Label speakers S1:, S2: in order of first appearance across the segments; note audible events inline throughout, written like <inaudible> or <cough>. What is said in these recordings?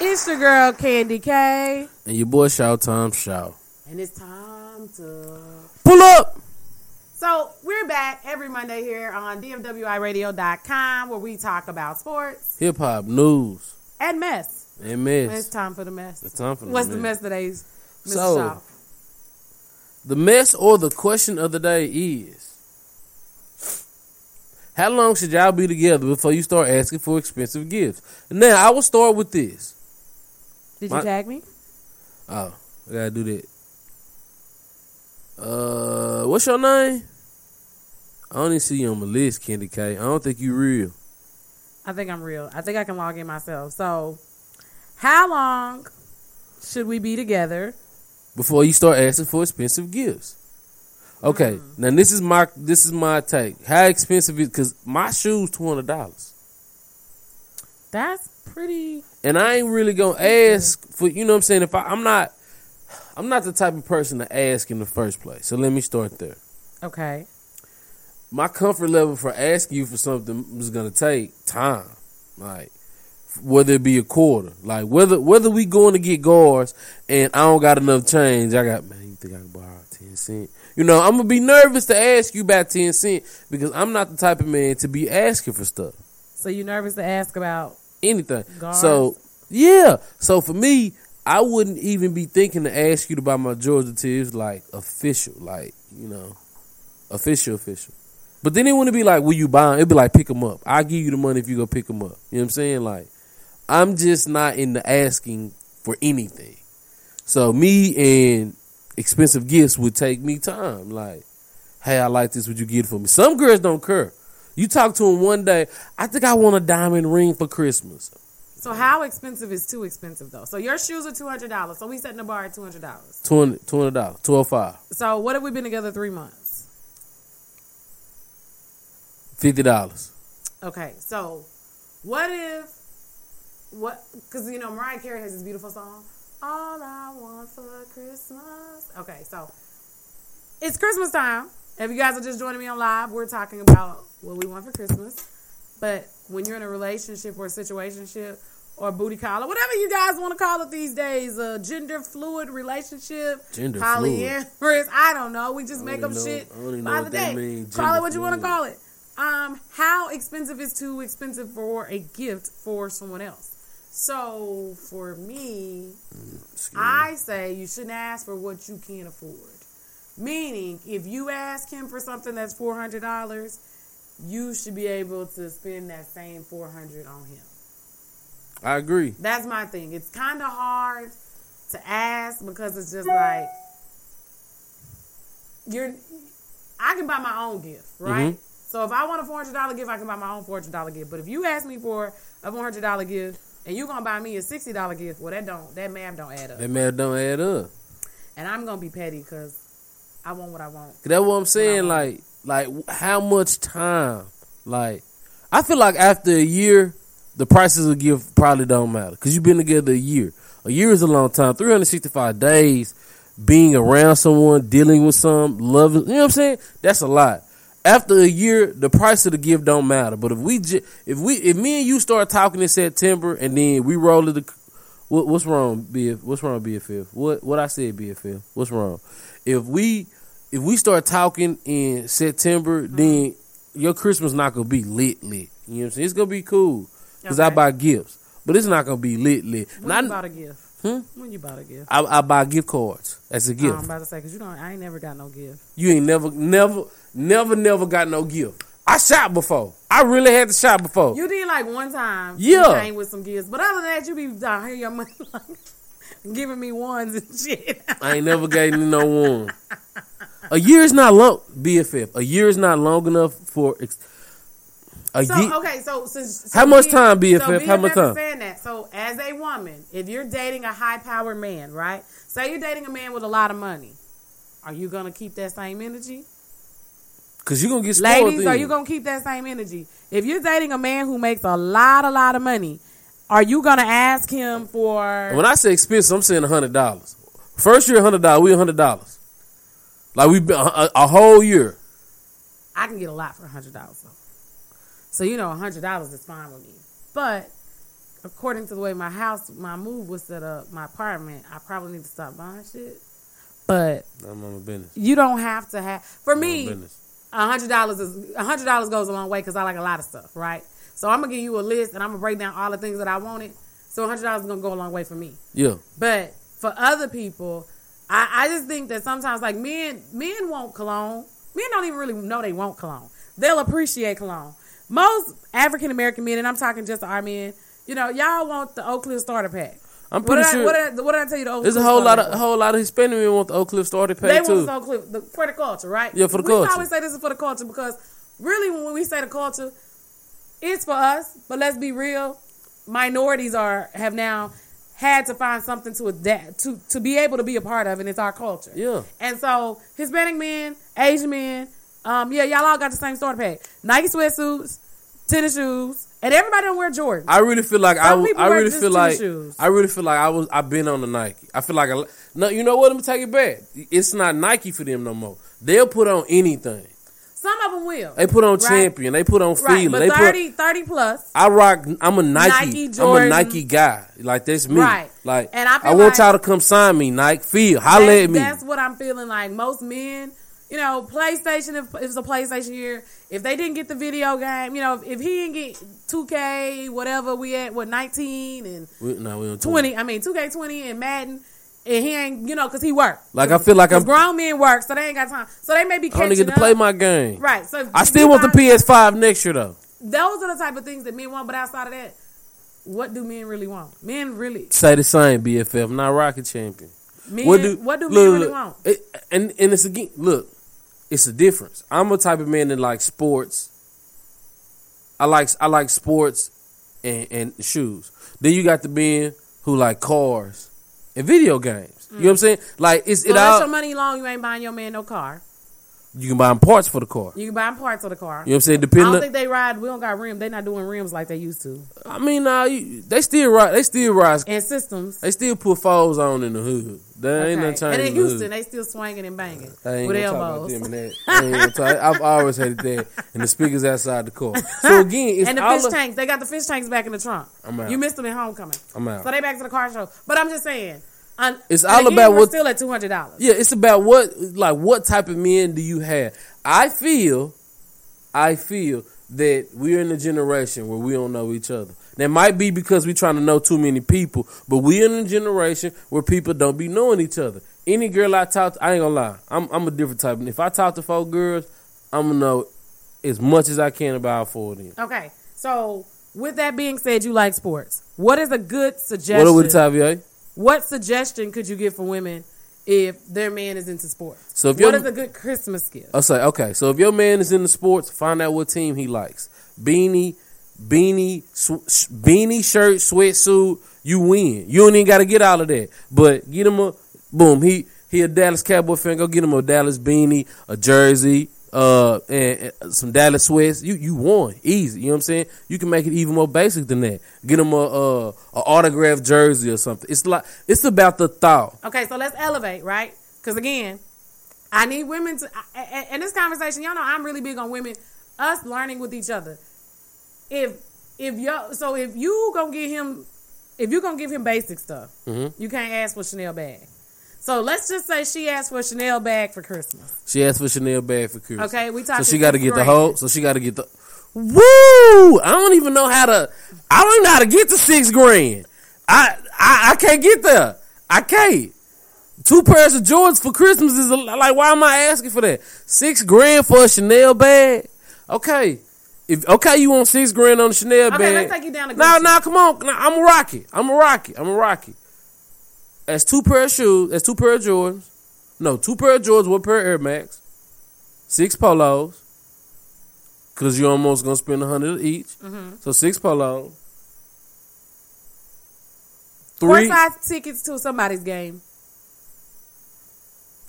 S1: It's your girl Candy K,
S2: And your boy Shaw Tom Shaw.
S1: and it's time to.
S2: Pull up.
S1: So we're back every Monday here on DFWIRadio.com, where we talk about sports
S2: Hip hop news
S1: and mess.
S2: and
S1: It's
S2: mess.
S1: time for the mess.
S2: It's time for the
S1: What's
S2: mess.
S1: the mess today's, Mr.
S2: So-
S1: Shaw?
S2: The mess or the question of the day is: How long should y'all be together before you start asking for expensive gifts? Now I will start with this.
S1: Did you
S2: My-
S1: tag me?
S2: Oh, I gotta do that. Uh, what's your name? I don't even see you on my list, Candy K. I don't think you real.
S1: I think I'm real. I think I can log in myself. So, how long should we be together?
S2: before you start asking for expensive gifts. Okay, now this is my this is my take. How expensive is because my shoes two hundred dollars,
S1: That's pretty.
S2: and I ain't really gonna ask for you know what I'm saying. If I, I'm not, I'm not the type of person to ask in the first place. So let me start there.
S1: Okay.
S2: my comfort level for asking you for something is gonna take time. Like whether it be a quarter, like whether whether we going to get guards and I don't got enough change, I got man. You think I can borrow ten cent? You know I'm gonna be nervous to ask you about ten cent because I'm not the type of man to be asking for stuff
S1: So, you nervous to ask about.
S2: anything.
S1: Guards?
S2: So yeah, so for me, I wouldn't even be thinking to ask you to buy my Georgia tears like official, like you know, official, official. But then it wouldn't be like, will you buy 'em?" It'd be like, pick them up. I'll give you the money if you go pick them up. You know what I'm saying? Like, I'm just not in the asking for anything. So me and expensive gifts would take me time. Like, hey, I like this. Would you get it for me? Some girls don't care. You talk to them one day. I think I want a diamond ring for Christmas.
S1: So, how expensive is too expensive, though? So, your shoes are $200. So, we setting the bar at $200.
S2: 20 $20, dollars 12 five,
S1: So what have we been together three months?
S2: $50.
S1: Okay, so what if what? Because you know Mariah Carey has this beautiful song, "All I Want for Christmas." Okay, so it's Christmas time. If you guys are just joining me on live, we're talking about what we want for Christmas. But when you're in a relationship or a situationship or booty collar, whatever you guys want to call it these days, a gender fluid relationship,
S2: Gender
S1: polyamorous,
S2: fluid.
S1: I don't know. We just make
S2: don't
S1: up
S2: even know-
S1: shit
S2: I don't even know
S1: by
S2: what
S1: the
S2: that
S1: day.
S2: means,
S1: call it
S2: gender
S1: what you want to
S2: fluid.
S1: call it. Um, how expensive is too expensive for a gift for someone else? So for me,
S2: Excuse me.
S1: I say you shouldn't ask for what you can't afford. Meaning, if you ask him for something that's four hundred dollars, you should be able to spend that same four hundred on him.
S2: I agree.
S1: That's my thing. It's kind of hard to ask because it's just like you're. I can buy my own gift, right?
S2: Mm-hmm.
S1: So if I want a four hundred dollar gift, I can buy my own four hundred dollar gift. But if you ask me for a four hundred dollar gift and you gonna buy me a sixty dollar gift, well that don't that math don't add up.
S2: That math don't add up.
S1: And I'm gonna be petty because I want what I want.
S2: That's what I'm saying.
S1: No.
S2: Like, like w- how much time? Like, I feel like after a year, the prices of gift probably don't matter because you've been together a year. A year is a long time. 365 days being around someone, dealing with some, loving. You know what I'm saying? That's a lot. After a year, the price of the gift don't matter. But if we, j- if we, if me and you start talking in September and then we roll to the what, what's wrong, BF? What's wrong, BFF? What what I said, BFF? What's wrong? If we if we start talking in September, then your Christmas not gonna be lit lit. You know what I'm saying? It's gonna be cool because I
S1: Okay.
S2: buy gifts, but it's not gonna be lit lit.
S1: When
S2: Not
S1: you bought a gift?
S2: Hmm?
S1: When you bought a gift?
S2: I, I buy gift cards as a gift.
S1: I'm about to say because you don't. I ain't never got no gift.
S2: You ain't never never never never got no gift. I shot before. I really had to shop before.
S1: You did like one time. You
S2: Yeah.
S1: came with some gifts. But other than that, you be down here your <laughs> money like giving me ones and shit. <laughs>
S2: I ain't never gave you no one. A year is not long. BFF. A year is not long enough for. Ex- a
S1: So
S2: year.
S1: okay, so since so
S2: How much
S1: being-
S2: time, BFF?
S1: So
S2: How much
S1: BFF is
S2: time?
S1: Saying that, so as a woman, if you're dating a high powered man, right? Say you're dating a man with a lot of money, are you gonna keep that same energy?
S2: Cause you gonna get spoiled.
S1: Ladies, are
S2: then.
S1: you gonna keep that same energy? If you're dating a man who makes a lot, a lot of money, are you gonna ask him for?
S2: When I say expensive, I'm saying hundred dollars. First year, hundred dollars. We hundred dollars. Like we been a, a, a whole year.
S1: I can get a lot for a hundred dollars. though. So you know, a hundred dollars is fine with me. But according to the way my house, my move was set up, my apartment, I probably need to stop buying shit. But
S2: I'm on my business.
S1: you don't have to have. For
S2: I'm on my
S1: me,
S2: business.
S1: a hundred dollars is a hundred dollars goes a long way because I like a lot of stuff, right? So I'm gonna give you a list and I'm gonna break down all the things that I wanted. So a hundred dollars is gonna go a long way for me.
S2: Yeah.
S1: But for other people, I, I just think that sometimes like men men want cologne. Men don't even really know they want cologne. They'll appreciate cologne. Most African American men, and I'm talking just our men, you know, y'all want the Oak Cliff starter pack.
S2: I'm
S1: What
S2: pretty
S1: did, I,
S2: sure
S1: what, did I, what did I tell you? The Oak
S2: there's a
S1: Cliff
S2: whole
S1: starter
S2: lot
S1: pack?
S2: of a whole lot of Hispanic men want the Oak Cliff starter
S1: They want
S2: pack
S1: this
S2: too.
S1: whole clip the, for the culture, right?
S2: Yeah, for the
S1: we
S2: culture.
S1: always say this is for the culture because really, when we say the culture, it's for us. But let's be real: minorities are have now had to find something to adapt to to be able to be a part of, and it's our culture.
S2: Yeah.
S1: And so Hispanic men, Asian men, um, yeah, y'all all got the same starter pack: Nike sweatsuits, tennis shoes, and everybody don't wear Jordan.
S2: I really feel like
S1: Some
S2: I, w-
S1: people
S2: I
S1: wear
S2: really
S1: just
S2: feel
S1: tennis
S2: like
S1: shoes.
S2: I really feel like I was I've been on the Nike. I feel like I, no, you know what? Let me take it back. It's not Nike for them no more. They'll put on anything.
S1: Some of them will.
S2: They put on
S1: Right.
S2: Champion. They put on
S1: right,
S2: Fila.
S1: but
S2: They put
S1: 30, 30 plus.
S2: I rock. I'm a
S1: Nike,
S2: Nike. I'm a
S1: Jordan.
S2: Nike guy. Like that's me.
S1: Right.
S2: Like
S1: And I feel
S2: want
S1: like-
S2: y'all to come sign me. Nike, feel, holla
S1: that's,
S2: at me.
S1: That's what I'm feeling like. Most men, you know, PlayStation. If, if it's a PlayStation year, if they didn't get the video game, you know, if, if he didn't get 2K, whatever we at, what 19 and
S2: We, no, we don't
S1: 20. I mean, 2K20 and Madden. And he ain't, you know, cause he work.
S2: Like I feel like
S1: 'Cause
S2: I'm.
S1: grown men work, so they ain't got time. So they may be
S2: I
S1: catching
S2: don't even get to
S1: up.
S2: play my game.
S1: Right. So
S2: I still want the PS5 next year though.
S1: Those are the type of things that men want. But outside of that, what do men really want? Men really.
S2: Say the same, BFF. Not rocket champion.
S1: Men,
S2: what do
S1: what do men
S2: look,
S1: really
S2: look,
S1: want?
S2: It, and and it's again. Look, it's a difference. I'm a type of man that likes sports. I like I like sports and and shoes. Then you got the men who like cars and video games. You know what I'm saying? Like it's it
S1: Unless
S2: all.
S1: your money long, you ain't buying your man no car.
S2: you can buy 'em parts for the car.
S1: You can buy him parts of the car.
S2: You know what I'm saying?
S1: I
S2: Depending.
S1: don't
S2: on-
S1: think they ride. We don't got rims. They not doing rims like they used to.
S2: I mean, nah, you, they still ride. They still ride.
S1: And systems.
S2: They still put foes on in the hood. There ain't no
S1: Okay.
S2: change.
S1: And in
S2: the hood.
S1: Houston, they still swinging and banging
S2: I ain't
S1: with
S2: gonna talk about
S1: elbows. <laughs>
S2: them and that. I ain't gonna talk- I've always hated that. And the speakers outside the car. So again, it's
S1: and the
S2: all
S1: fish
S2: of-
S1: tanks. They got the fish tanks back in the trunk.
S2: I'm out.
S1: You missed them at homecoming.
S2: I'm out.
S1: So they back to the car show. But I'm just saying. un-
S2: It's
S1: and
S2: all
S1: again,
S2: about
S1: we're
S2: what-
S1: Still at two hundred dollars.
S2: Yeah, it's about what like what type of men do you have? I feel, I feel that we're in a generation where we don't know each other. That might be because we're trying to know too many people, but we're in a generation where people don't be knowing each other. Any girl I talk, to, I ain't gonna lie, I'm I'm a different type. If I talk to four girls, I'm gonna know as much as I can about four of them.
S1: Okay. So with that being said, you like sports. What is a good
S2: What
S1: suggestion?
S2: up
S1: What,
S2: with the Tavier?
S1: suggestion could you give for women if their man is into sports?
S2: So if
S1: what
S2: your-
S1: is a good Christmas gift?
S2: I say, okay, so if your man is into sports, find out what team he likes. Beanie, beanie, sw- sh- beanie shirt, sweatsuit, you win. You don't even got to get all of that, but get him a boom. He he a Dallas Cowboy fan. Go get him a Dallas beanie, a jersey, uh, and, and some Dallas sweats. You you won easy. You know what I'm saying? You can make it even more basic than that. Get him a uh, a autographed jersey or something. It's like it's about the thought.
S1: Okay, so let's elevate, right? Because again, I need women to. I- I- And this conversation, y'all know, I'm really big on women us learning with each other. If if yo, so if you gonna get him, if you gonna give him basic stuff,
S2: Mm-hmm.
S1: you can't ask for Chanel bag. So let's just say she asked for a Chanel bag for Christmas.
S2: She asked for Chanel bag for Christmas.
S1: Okay, we
S2: So
S1: talking
S2: she got to
S1: fifth
S2: get the
S1: grade.
S2: whole. So she got to get the. Woo! I don't even know how to. I don't even know how to get to six grand. I I, I can't get there. I can't. Two pairs of Jordans for Christmas is a, like why am I asking for that? Six grand for a Chanel bag. Okay. If okay, you want six grand on the Chanel
S1: Okay,
S2: bag.
S1: let's take it down to
S2: No,
S1: Gucci.
S2: no, come on. Nah, I'm a rocket. I'm a rocket. I'm a rocket. That's two pair of shoes. That's two pair of Jordans. No, two pair of Jordans, one pair of Air Max, six polos. Cause you're almost gonna spend a hundred each.
S1: Mm-hmm.
S2: So six
S1: Four
S2: polos. Three.
S1: size tickets to somebody's game.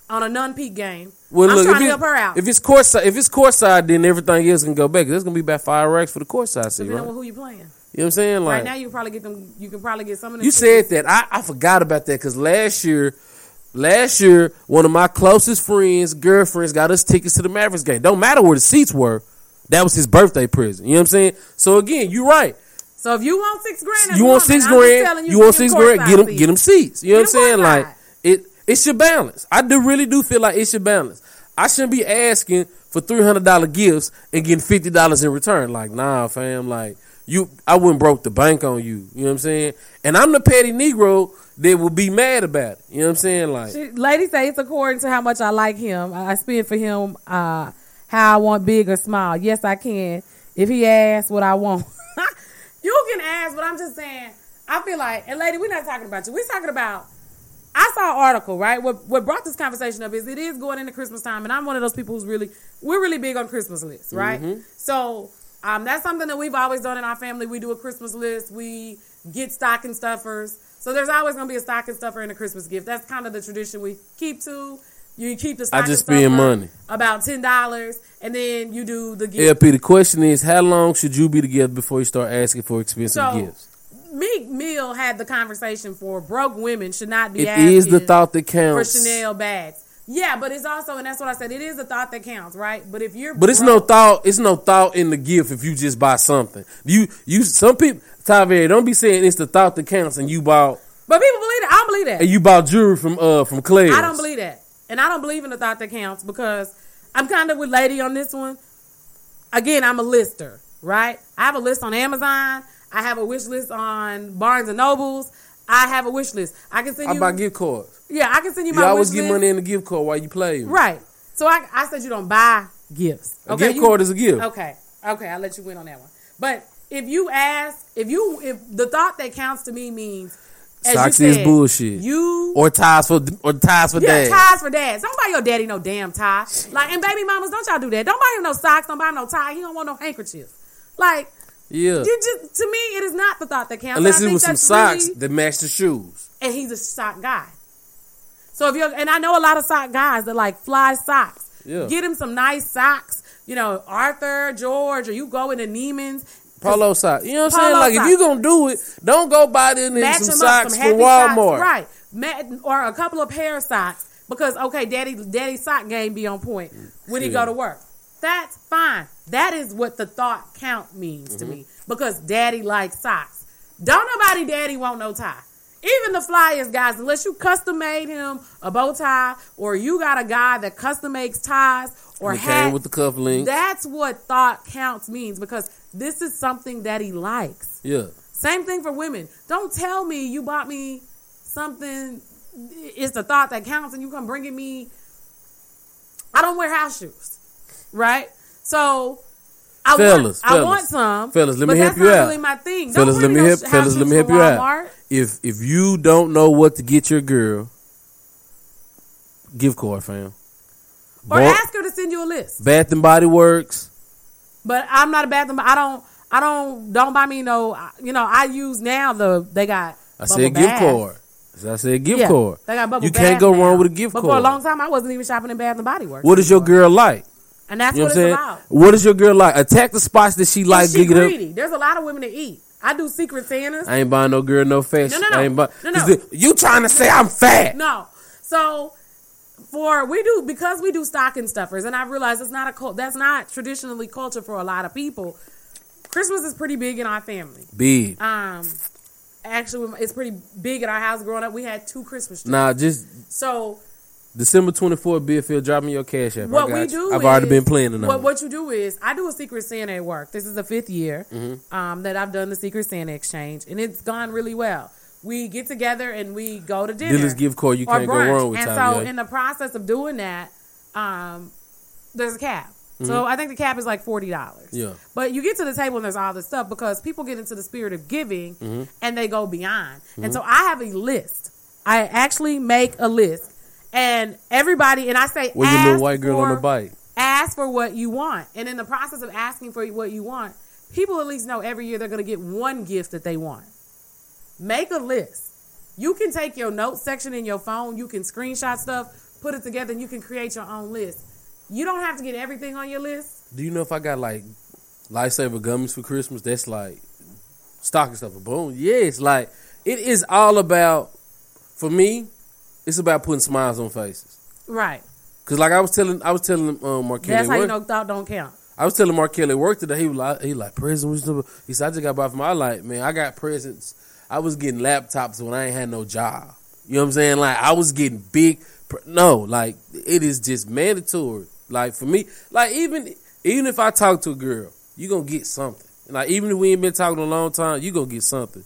S1: On a non-peak game,
S2: Well,
S1: I'm
S2: look,
S1: trying
S2: if
S1: to
S2: it-
S1: help her out.
S2: If it's court side, if it's court side, then everything else can go back. There's gonna be about five racks for the court side seat,
S1: Depending
S2: right?
S1: on who you playing.
S2: You know what I'm saying?
S1: Right
S2: Like
S1: now, you probably get them. You can probably get some of them.
S2: you
S1: tickets.
S2: said that. I, I forgot about that because last year, last year, one of my closest friends, girlfriends, got us tickets to the Mavericks game. Don't matter where the seats were. That was his birthday present. You know what I'm saying? So again, you're right.
S1: So if you want six grand, as
S2: you
S1: a
S2: want
S1: woman,
S2: six
S1: I'm just
S2: grand.
S1: telling
S2: You,
S1: to
S2: want
S1: get a
S2: six
S1: court
S2: grand. Get them,
S1: side
S2: get them seats. You know what I'm
S1: Get 'em
S2: saying? Like
S1: court
S2: it, it should balance. I do really do feel like it should balance. I shouldn't be asking for three hundred dollar gifts and getting fifty dollars in return. Like nah, fam. Like you, I wouldn't broke the bank on you. You know what I'm saying? And I'm the petty Negro that will be mad about it. You know what I'm saying? Like
S1: She, lady say it's according to how much I like him. I, I spend for him uh, how I want big or small. Yes, I can. If he asks what I want. <laughs> you can ask, but I'm just saying, I feel like, and lady, we're not talking about you. We're talking about, I saw an article, right? What, what brought this conversation up is it is going into Christmas time, and I'm one of those people who's really, we're really big on Christmas lists, right?
S2: Mm-hmm.
S1: So um, that's something that we've always done in our family. We do a Christmas list. We get stocking stuffers. So there's always going to be a stocking stuffer and a Christmas gift. That's kind of the tradition we keep to. You keep the
S2: I
S1: stocking
S2: just
S1: stuffer
S2: spend money.
S1: about ten dollars, and then you do the gift.
S2: LP, the question is, how long should you be together before you start asking for expensive
S1: So,
S2: gifts?
S1: Meek Mill had the conversation for broke women should not be
S2: It
S1: asking
S2: is the thought that
S1: for
S2: counts.
S1: Chanel bags. Yeah, but it's also, and that's what I said. It is a thought that counts, right? But if you're
S2: But it's no
S1: broke-
S2: thought. It's no thought in the gift if you just buy something. You you some people. Tavere, don't be saying it's the thought that counts, and you bought
S1: But people believe that. I don't believe that.
S2: and you bought jewelry from uh from Claire's.
S1: I don't believe that. And I don't believe in the thought that counts because I'm kind of with Lady on this one. Again, I'm a lister, right? I have a list on Amazon. I have a wish list on Barnes and Nobles. I have a wish list. I can send
S2: I
S1: you.
S2: buy gift cards.
S1: yeah, I can send you
S2: You
S1: my
S2: always
S1: wish
S2: get
S1: list.
S2: money in the gift card while you play.
S1: Right. So I, I said you don't buy gifts.
S2: A
S1: Okay,
S2: gift
S1: you-
S2: card is a gift.
S1: Okay. Okay, I'll let you win on that one. But if you ask, if you if the thought that counts to me means as you
S2: Socks is
S1: said,
S2: bullshit.
S1: You
S2: Or ties for or ties for
S1: yeah,
S2: dad.
S1: ties for dads. Don't buy your daddy no damn tie. Like, and baby mamas, don't y'all do that. Don't buy him no socks. Don't buy him no tie. He don't want no handkerchiefs. Like,
S2: yeah.
S1: you just to me, it is not the thought that counts.
S2: Unless
S1: And I
S2: it
S1: think
S2: was some
S1: that's
S2: socks
S1: really-
S2: that matched the shoes.
S1: and he's a sock guy. So if you're, and I know a lot of sock guys that like fly socks.
S2: Yeah.
S1: Get him some nice socks. You know, Arthur, George, or you go into Neiman's.
S2: Polo socks. You know what I'm saying?
S1: Polo
S2: Like
S1: socks.
S2: if you gonna do it, don't go buy them
S1: match
S2: some
S1: them
S2: socks
S1: up,
S2: from
S1: some
S2: Walmart.
S1: happy Socks, right? Ma- or a couple of pair of socks because okay, daddy, daddy sock game be on point when he go
S2: Yeah.
S1: to work. That's fine. That is what the thought count means to
S2: Mm-hmm.
S1: me because daddy likes socks. Don't nobody daddy want no tie. Even the flyers guys, unless you custom made him a bow tie or you got a guy that custom makes ties or
S2: It
S1: hats.
S2: came with the cufflink.
S1: that's what thought counts means because this is something that he likes.
S2: yeah.
S1: Same thing for women. Don't tell me you bought me something. It's the thought that counts, and you come bringing me. I don't wear house shoes, right? So, I want.
S2: Fellas,
S1: I
S2: fellas,
S1: want some.
S2: fellas, let me
S1: but
S2: help
S1: that's
S2: you
S1: not
S2: out.
S1: Really my thing. Don't
S2: fellas, let
S1: bring
S2: me
S1: no
S2: help.
S1: house
S2: Fellas, let
S1: shoes
S2: me help
S1: from
S2: you out.
S1: Walmart.
S2: If if you don't know what to get your girl, gift card, fam.
S1: Or
S2: Bo-
S1: ask her to send you a list.
S2: Bath and Body Works.
S1: But I'm not a bathroom. I don't. I don't. Don't buy me no. You know. I use now the they got.
S2: I
S1: bubble
S2: said gift
S1: baths.
S2: card. I said gift
S1: Yeah,
S2: card.
S1: They got bubble
S2: You can't
S1: baths
S2: go
S1: now.
S2: wrong with a gift
S1: but
S2: card.
S1: for a long time, I wasn't even shopping in Bath and Body Works.
S2: What is your girl like?
S1: And that's
S2: You
S1: what
S2: know what
S1: it's
S2: I'm saying?
S1: about.
S2: What is your girl like? Attack the spots that she like.
S1: Is she
S2: dig it up.
S1: greedy? There's a lot of women that eat. I do secret Santas.
S2: I ain't buying no girl no fashion.
S1: No, no, no.
S2: I ain't buy-
S1: No, no.
S2: Is it- You trying to say I'm fat?
S1: no. So for we do because we do stocking stuffers, and I realize it's not a cult. That's not traditionally culture for a lot of people. Christmas is pretty big in our family.
S2: Big.
S1: Um, actually, it's pretty big in our house. Growing up, we had two Christmas trees.
S2: Nah, just
S1: So
S2: December 24th, Bidfield, drop me your cash app. I
S1: what
S2: got
S1: we
S2: you.
S1: do
S2: I've
S1: is,
S2: already been planning on
S1: what,
S2: it.
S1: what you do is i do a secret santa at work this is the fifth year
S2: Mm-hmm.
S1: um, that i've done the secret santa exchange and it's gone really well we get together and we go to dinner
S2: Dealer's gift card, you
S1: or
S2: can't go
S1: brunch.
S2: wrong with
S1: and
S2: Tyler,
S1: so
S2: yeah.
S1: in the process of doing that um, there's a cap so i think the cap is like $40
S2: Mm-hmm. Yeah.
S1: but you get to the table and there's all this stuff because people get into the spirit of giving
S2: Mm-hmm.
S1: and they go beyond. And so I have a list. I actually make a list. And everybody, and I say,
S2: With your little
S1: ask
S2: white girl on the
S1: for-
S2: bike.
S1: Ask for what you want. And in the process of asking for what you want, people at least know every year they're going to get one gift that they want. Make a list. You can take your notes section in your phone, you can screenshot stuff, put it together, and you can create your own list. You don't have to get everything on your list.
S2: Do you know if I got like lifesaver gummies for Christmas? That's like stocking stuff. Boom. Yeah, it's like it is all about for me. It's about putting smiles on faces.
S1: Right.
S2: Cause like I was telling, I was telling um, Marquette.
S1: That's
S2: at
S1: how you
S2: work,
S1: know thought don't count.
S2: I was telling Mark Kelly at work today. He was like, he like present. what you talking about?" He said, I just got by from my life, man. I got presents. I was getting laptops when I ain't had no job. You know what I'm saying? Like I was getting big. Pre- no, like it is just mandatory. Like for me, like even even if I talk to a girl, you gonna get something. Like even if we ain't been talking a long time, you gonna get something.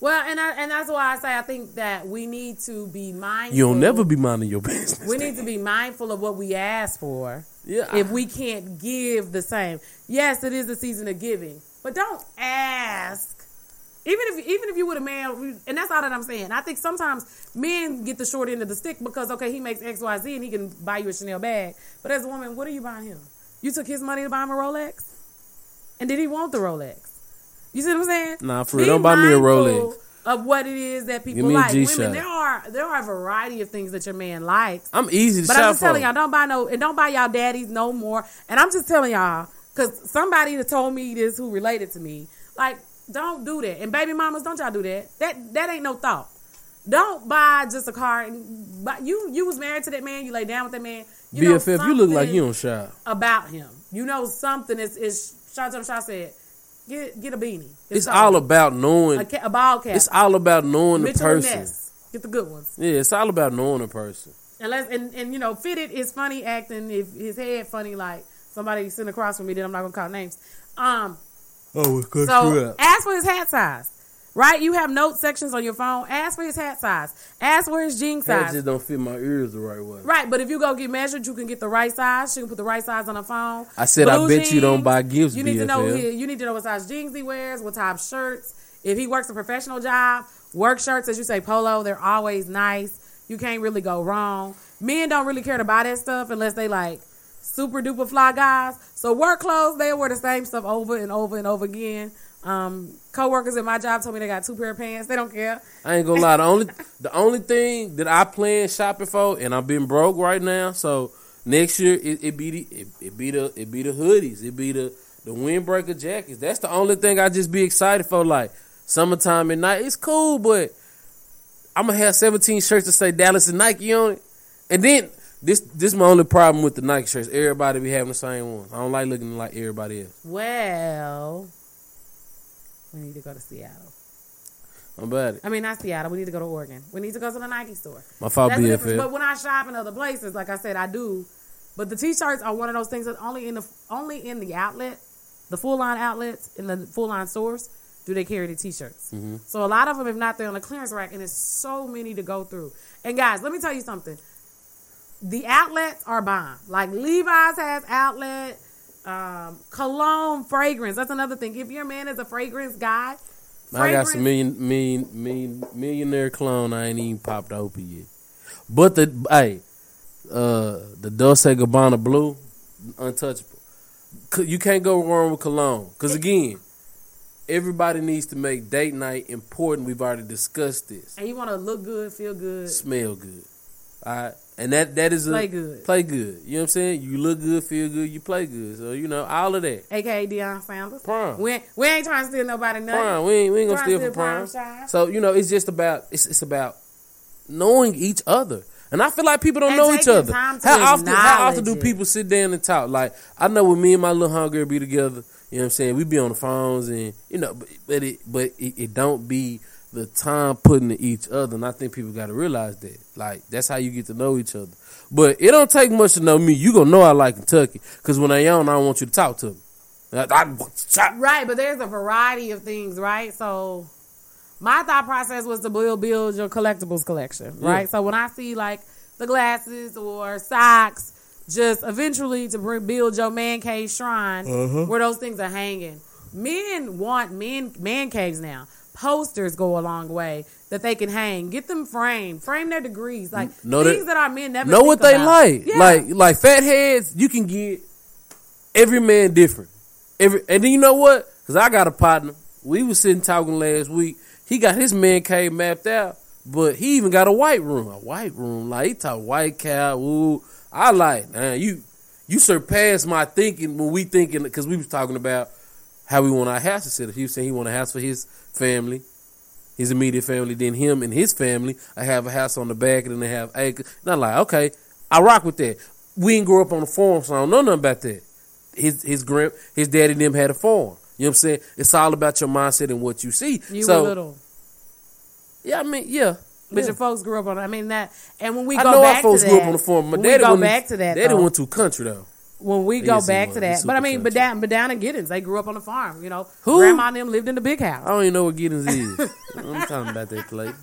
S1: Well, and I, and that's why I say I think that we need to be mindful.
S2: You'll never be minding your <laughs> business.
S1: Mm-hmm. We need to be mindful of what we ask for.
S2: yeah, I-
S1: if we can't give the same. Yes, it is the season of giving, but don't ask. Even if even if you were a man, and that's all that I'm saying. I think sometimes men get the short end of the stick because okay, he makes X Y Z and he can buy you a Chanel bag, but as a woman, what are you buying him? You took his money to buy him a Rolex, and did he want the Rolex? You see what I'm saying?
S2: Nah, for real, don't buy me a
S1: mindful
S2: Rolex.
S1: Of what it is that people
S2: Give me a
S1: like,
S2: G-Shock.
S1: women. There are there are a variety of things that your man likes.
S2: I'm easy to
S1: But
S2: shop
S1: I'm just telling
S2: for.
S1: y'all, don't buy no and don't buy y'all daddies no more. And I'm just telling y'all, cause somebody that told me this who related to me, like, don't do that. And baby mamas, don't y'all do that. That that ain't no thought. Don't buy just a car and but you you was married to that man, you lay down with that man. You know
S2: BFF, you look like
S1: something
S2: you don't shop.
S1: about him. You know something is is Shot Jump Shot said, get get a beanie.
S2: It's
S1: over.
S2: all about knowing.
S1: a, ca- a ball cap.
S2: It's all about knowing the
S1: Mitchell and
S2: person.
S1: Ness. Get the good ones.
S2: Yeah, it's all about knowing a person.
S1: Unless and, and you know, fitted is funny acting if his head funny like somebody sitting across from me then I'm not gonna call names. Um
S2: Oh, it's good
S1: so ask for his hat size. Right? You have note sections on your phone. Ask for his hat size. Ask for his jean
S2: That
S1: size.
S2: just don't fit my ears the right way.
S1: Right, but if you go get measured, you can get the right size. She can put the right size on her phone.
S2: I said, I bet you don't buy gifts,
S1: You need to know.
S2: BFL.
S1: his- You need to know what size jeans he wears, what type of shirts. If he works a professional job, work shirts, as you say, polo. They're always nice. You can't really go wrong. Men don't really care to buy that stuff unless they like super duper fly guys. So work clothes, they wear the same stuff over and over and over again. Um, coworkers at my job told me they got two pair of pants. They don't care.
S2: I ain't gonna lie. The only the only thing that I plan shopping for, and I've been broke right now. So next year it, it be the it, it be the it be the hoodies. It be the the windbreaker jackets. That's the only thing I just be excited for. Like summertime at night, it's cool, but I'm gonna have 17 shirts that say Dallas and Nike on it, and then. This this my only problem with the Nike shirts. Everybody be having the same ones. I don't like looking like everybody else.
S1: Well, we need to go to Seattle.
S2: I'm about it.
S1: I mean, not Seattle. We need to go to Oregon. We need to go to the Nike store.
S2: My fault,
S1: That's the difference.
S2: BFL.
S1: But when I shop in other places, like I said, I do. But the t-shirts are one of those things that only in the only in the outlet, the full line outlets in the full line stores, do they carry the t-shirts.
S2: Mm-hmm.
S1: So a lot of them, if not, they're on the clearance rack, and there's so many to go through. And guys, let me tell you something. The outlets are bomb. Like Levi's has outlet, um, cologne fragrance. That's another thing. If your man is a fragrance guy,
S2: I got
S1: fragrance-
S2: some million, million, million, millionaire clone. I ain't even popped open yet. But the hey, uh, the Dulce Gabbana Blue, untouchable. C- You can't go wrong with cologne. Cause again, everybody needs to make date night important. We've already discussed this.
S1: and you want to look good, feel good,
S2: Smell good, all right. And that that is a
S1: Play good.
S2: Play good. You know what I'm saying? You look good, feel good. You play good. So you know all of that.
S1: aka Deion Sanders.
S2: Prime.
S1: We ain't, we ain't trying to steal nobody nothing.
S2: Prime. We ain't, we ain't gonna
S1: Prime
S2: steal
S1: still
S2: from prime.
S1: prime shine.
S2: So you know, it's just about it's it's about knowing each other. And I feel like people don't
S1: And
S2: know each
S1: taking
S2: other.
S1: time to
S2: How often how often do
S1: acknowledge it.
S2: people sit down and talk? Like I know when me and my little homegirl be together, you know what I'm saying? We be on the phones and you know, but, but it but it, it don't be the time putting to each other and I think people gotta realize that. Like that's how you get to know each other. But it don't take much to know me. You gonna know I like Kentucky. Cause when they on I don't want you to talk to me. I, I-
S1: Right, but there's a variety of things, right? So my thought process was to build build your collectibles collection,
S2: Yeah.
S1: right? So when I see like the glasses or socks, just eventually to bring, build your man cave shrine
S2: Mm-hmm.
S1: where those things are hanging. Men want men man caves now. Posters go a long way that they can hang. Get them framed, frame their degrees, like
S2: No,
S1: things
S2: that-
S1: that our men never
S2: know
S1: think
S2: what they
S1: about.
S2: like.
S1: Yeah.
S2: Like like fat heads, you can get every man different. Every and then you know what? Because I got a partner. We was sitting talking last week. He got his man cave mapped out, but he even got a white room. A white room, like he talk white cow. Ooh, I like man. You you surpassed my thinking when we thinking because we was talking about how we want our house to set up. He was saying he want a house for his family his immediate family, then him and his family. I have a house on the back, and then they have acres. Not like okay, I rock with that. We didn't grow up on a farm, so I don't know nothing about that. his his grand his daddy and them had a farm. You know what I'm saying? It's all about your mindset and what you see.
S1: You
S2: so
S1: were little.
S2: yeah, I mean yeah.
S1: But
S2: yeah.
S1: your folks grew up on. I mean that, and when we
S2: I
S1: go
S2: know
S1: back
S2: our folks
S1: to that,
S2: grew up on the farm. My
S1: when
S2: daddy
S1: we go
S2: went
S1: back to that.
S2: Daddy
S1: though,
S2: went to country though.
S1: when we
S2: He
S1: go
S2: is
S1: back
S2: one.
S1: to
S2: He's
S1: that, but I
S2: super
S1: mean, but
S2: country.
S1: down, but down in Giddens, they grew up on the farm. You know,
S2: Who? Uh-huh.
S1: grandma and them lived in the big house.
S2: I don't even know what
S1: <laughs>
S2: Giddens is. I'm talking about that place.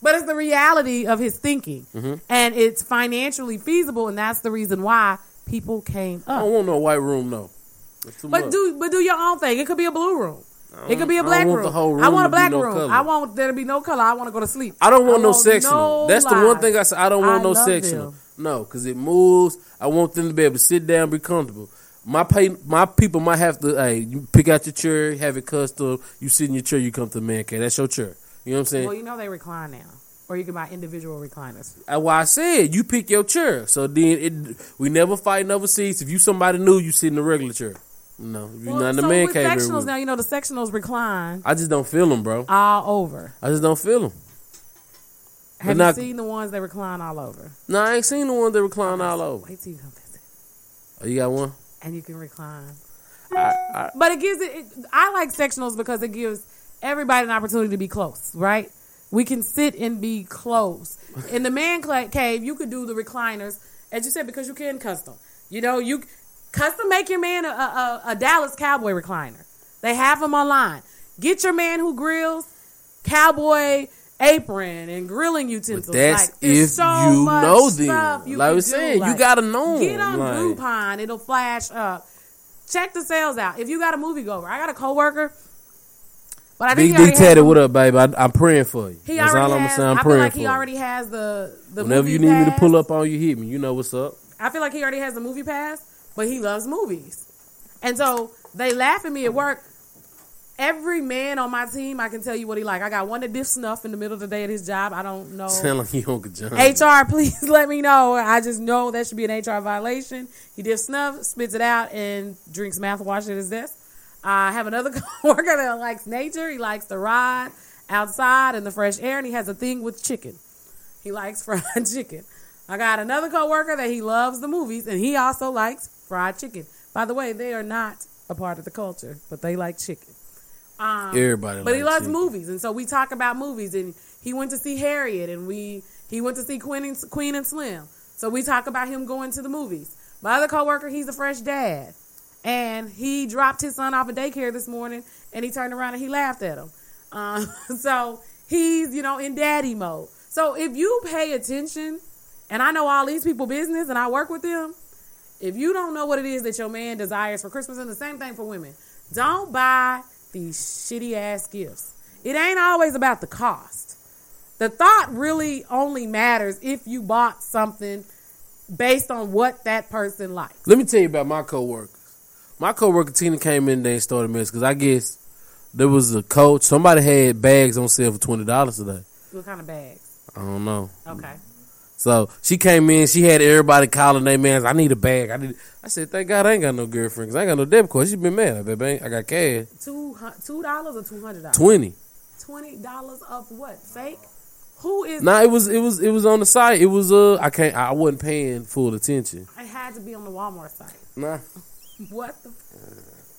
S1: But it's the reality of his thinking,
S2: Mm-hmm.
S1: and it's financially feasible, and that's the reason why people came
S2: I
S1: up.
S2: don't want no white room though. That's too
S1: But
S2: much.
S1: do but do your own thing. It could be a blue room. It could be
S2: I
S1: a
S2: don't
S1: black
S2: want
S1: room.
S2: the whole
S1: I
S2: room
S1: want a
S2: to be
S1: black
S2: no
S1: room.
S2: color.
S1: I want there to be no color. I want to go to sleep.
S2: I don't want
S1: I
S2: no
S1: want
S2: sectional.
S1: no
S2: That's the one
S1: lies.
S2: thing I said. I don't want
S1: I
S2: no
S1: love
S2: sectional.
S1: them.
S2: No, because it moves. I want them to be able to sit down, be comfortable. My pay, my people might have to. Hey, you pick out your chair, have it custom. You sit in your chair, you come to the man cave. That's your chair. You know what I'm saying?
S1: Well, you know they recline now, or you can buy individual recliners.
S2: That's why I said you pick your chair. So then it, we never fighting over seats. If you somebody new, you sit in the regular chair. No, you're
S1: Well,
S2: not in the
S1: so
S2: man
S1: with
S2: cave. every
S1: sectionals
S2: week.
S1: now, you know the sectionals recline
S2: I just don't feel them, bro.
S1: all over.
S2: I just don't feel them.
S1: Have
S2: not-
S1: you seen the ones that recline all over?
S2: No, I ain't seen the ones that recline all over.
S1: Wait till you come visit,
S2: Oh, you got one?
S1: and you can recline.
S2: I, I,
S1: But it gives it, it. I like sectionals because it gives everybody an opportunity to be close, right? We can sit and be close. In the man cla- cave, you could do the recliners, as you said, because you can custom. You know, you custom make your man a, a, a Dallas Cowboy recliner. They have them online. Get your man who grills cowboy apron and grilling utensils.
S2: But that's
S1: Like, there's
S2: if
S1: so
S2: you
S1: much
S2: know them.
S1: stuff you
S2: Like
S1: can
S2: we
S1: do.
S2: said, you
S1: Like,
S2: gotta know
S1: Get
S2: them,
S1: on
S2: like-
S1: Groupon; it'll flash up check the sales out. If you got a moviegoer, I got a coworker, but I think
S2: Big
S1: he
S2: D
S1: already has,
S2: Teddy, what up, baby? I, I'm praying for you.
S1: he
S2: That's
S1: already
S2: all I'm
S1: has-
S2: saying. I'm
S1: I feel
S2: praying
S1: like
S2: for
S1: he
S2: you.
S1: already has the the
S2: Whenever
S1: movie
S2: you need me to
S1: pass.
S2: pull up on you, hit me. You know what's up.
S1: I feel like he already has the movie pass, but he loves movies, and so they laugh at me at work. Every man on my team, I can tell you what he like. I got one that did snuff in the middle of the day at his job. I don't know.
S2: Sound like you Uncle John.
S1: HR, <laughs> please let me know. I just know that should be an HR violation. He did snuff, spits it out, and drinks mouthwash at his desk. I have another <laughs> coworker that likes nature. He likes to ride outside in the fresh air, and he has a thing with chicken. He likes <laughs> fried chicken. I got another coworker that he loves the movies, and he also likes fried chicken. By the way, they are not a part of the culture, but they like chicken. Um,
S2: Everybody,
S1: but he
S2: likes
S1: loves
S2: you.
S1: movies, and so we talk about movies. And he went to see Harriet, and we he went to see Queen and, Queen and Slim. So we talk about him going to the movies. My other coworker, he's a fresh dad, and he dropped his son off at daycare this morning, and he turned around and he laughed at him. Um, <laughs> so he's you know in daddy mode. So if you pay attention, and I know all these people business, and I work with them. If you don't know what it is that your man desires for Christmas, and the same thing for women, don't buy these shitty ass gifts. It ain't always about the cost. The thought really only matters if you bought something based on what that person likes.
S2: Let me tell you about my coworkers. My coworker Tina came in there and started mess because I guess there was a coach. Somebody had bags on sale for twenty dollars today.
S1: What kind of bags?
S2: I don't know.
S1: Okay.
S2: So she came in. She had everybody calling their man's. I need a bag. I need. I said, thank God I ain't got no girlfriend because I ain't got no debit card. She been mad. I bet I got cash
S1: Two hun- two dollars or two hundred dollars?
S2: twenty.
S1: Twenty dollars of what? Fake? Who is
S2: No, it was it was it was on the site. It was uh I can't I wasn't paying full attention.
S1: I had to be on the Walmart site.
S2: Nah.
S1: What the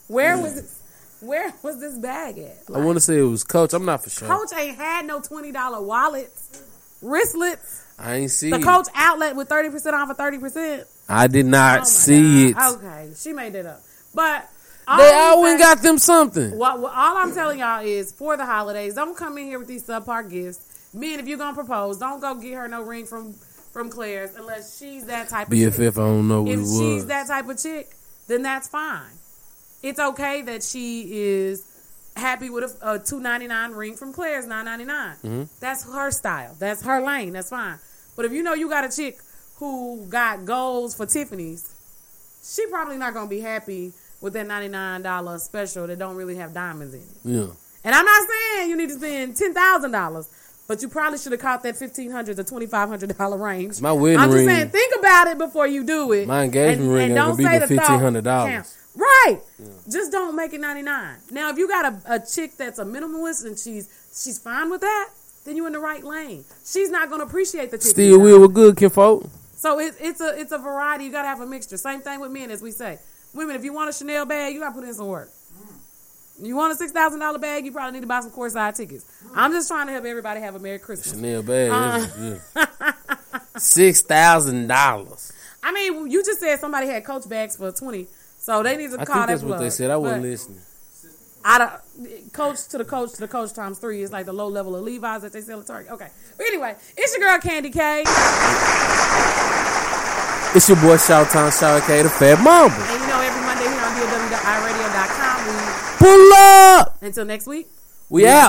S1: Where was this where was this bag at?
S2: I wanna say it was coach. I'm not for sure.
S1: Coach ain't had no twenty dollar wallets, wristlets.
S2: I ain't see
S1: The
S2: it.
S1: Coach outlet with thirty percent off of thirty percent. Oh
S2: I did not see it.
S1: Okay, she made it up, but all
S2: They
S1: I'm
S2: always
S1: saying-
S2: got them something.
S1: What, what- all I'm telling y'all is for the holidays, don't come in here with these subpar gifts. Men, if you're gonna propose, don't go get her no ring from from Claire's unless she's that type of chick.
S2: BFF, I don't know what
S1: if
S2: it
S1: she's
S2: was.
S1: that type of chick, then that's fine. It's okay that she is happy with a, a two ninety nine ring from Claire's nine
S2: Mm-hmm.
S1: That's her style. That's her lane. That's fine. But if you know you got a chick who got goals for Tiffany's, she probably not gonna be happy with that ninety nine dollar special that don't really have diamonds in it.
S2: yeah.
S1: And I'm not saying you need to spend ten thousand dollars, but you probably should have caught that fifteen hundred to twenty five hundred dollar range.
S2: My wedding
S1: I'm just
S2: ring-
S1: saying, think about it before you do it.
S2: My engagement ring ain't gonna be
S1: say
S2: but
S1: the thought
S2: $1,500.
S1: count. Right. Just don't make it ninety nine. Now, if you got a, a chick that's a minimalist and she's she's fine with that, then you're in the right lane. She's not gonna appreciate the $15.
S2: Still, we were good, kinfolk.
S1: So it, it's a it's a variety. You gotta have a mixture. Same thing with men, as we say. Women, if you want a Chanel bag, you gotta put in some work.
S2: Mm.
S1: You want a six thousand dollar bag, you probably need to buy some courtside tickets. I'm just trying to help everybody have a Merry Christmas.
S2: Chanel
S1: Uh.
S2: bag. Six thousand dollars.
S1: I mean, you just said somebody had coach bags for twenty, so they need to
S2: I
S1: call that
S2: think that's what
S1: plug.
S2: they said. I wasn't
S1: But-
S2: listening.
S1: out of coach to the coach to the coach times three is like the low level of Levi's that they sell at Target. Okay, but anyway, it's your girl Candy K,
S2: It's your boy Shout Time Shout K, the Fat Mamba.
S1: and you know every Monday here on www.iradio.com.
S2: Pull up.
S1: We, until next week.
S2: We out.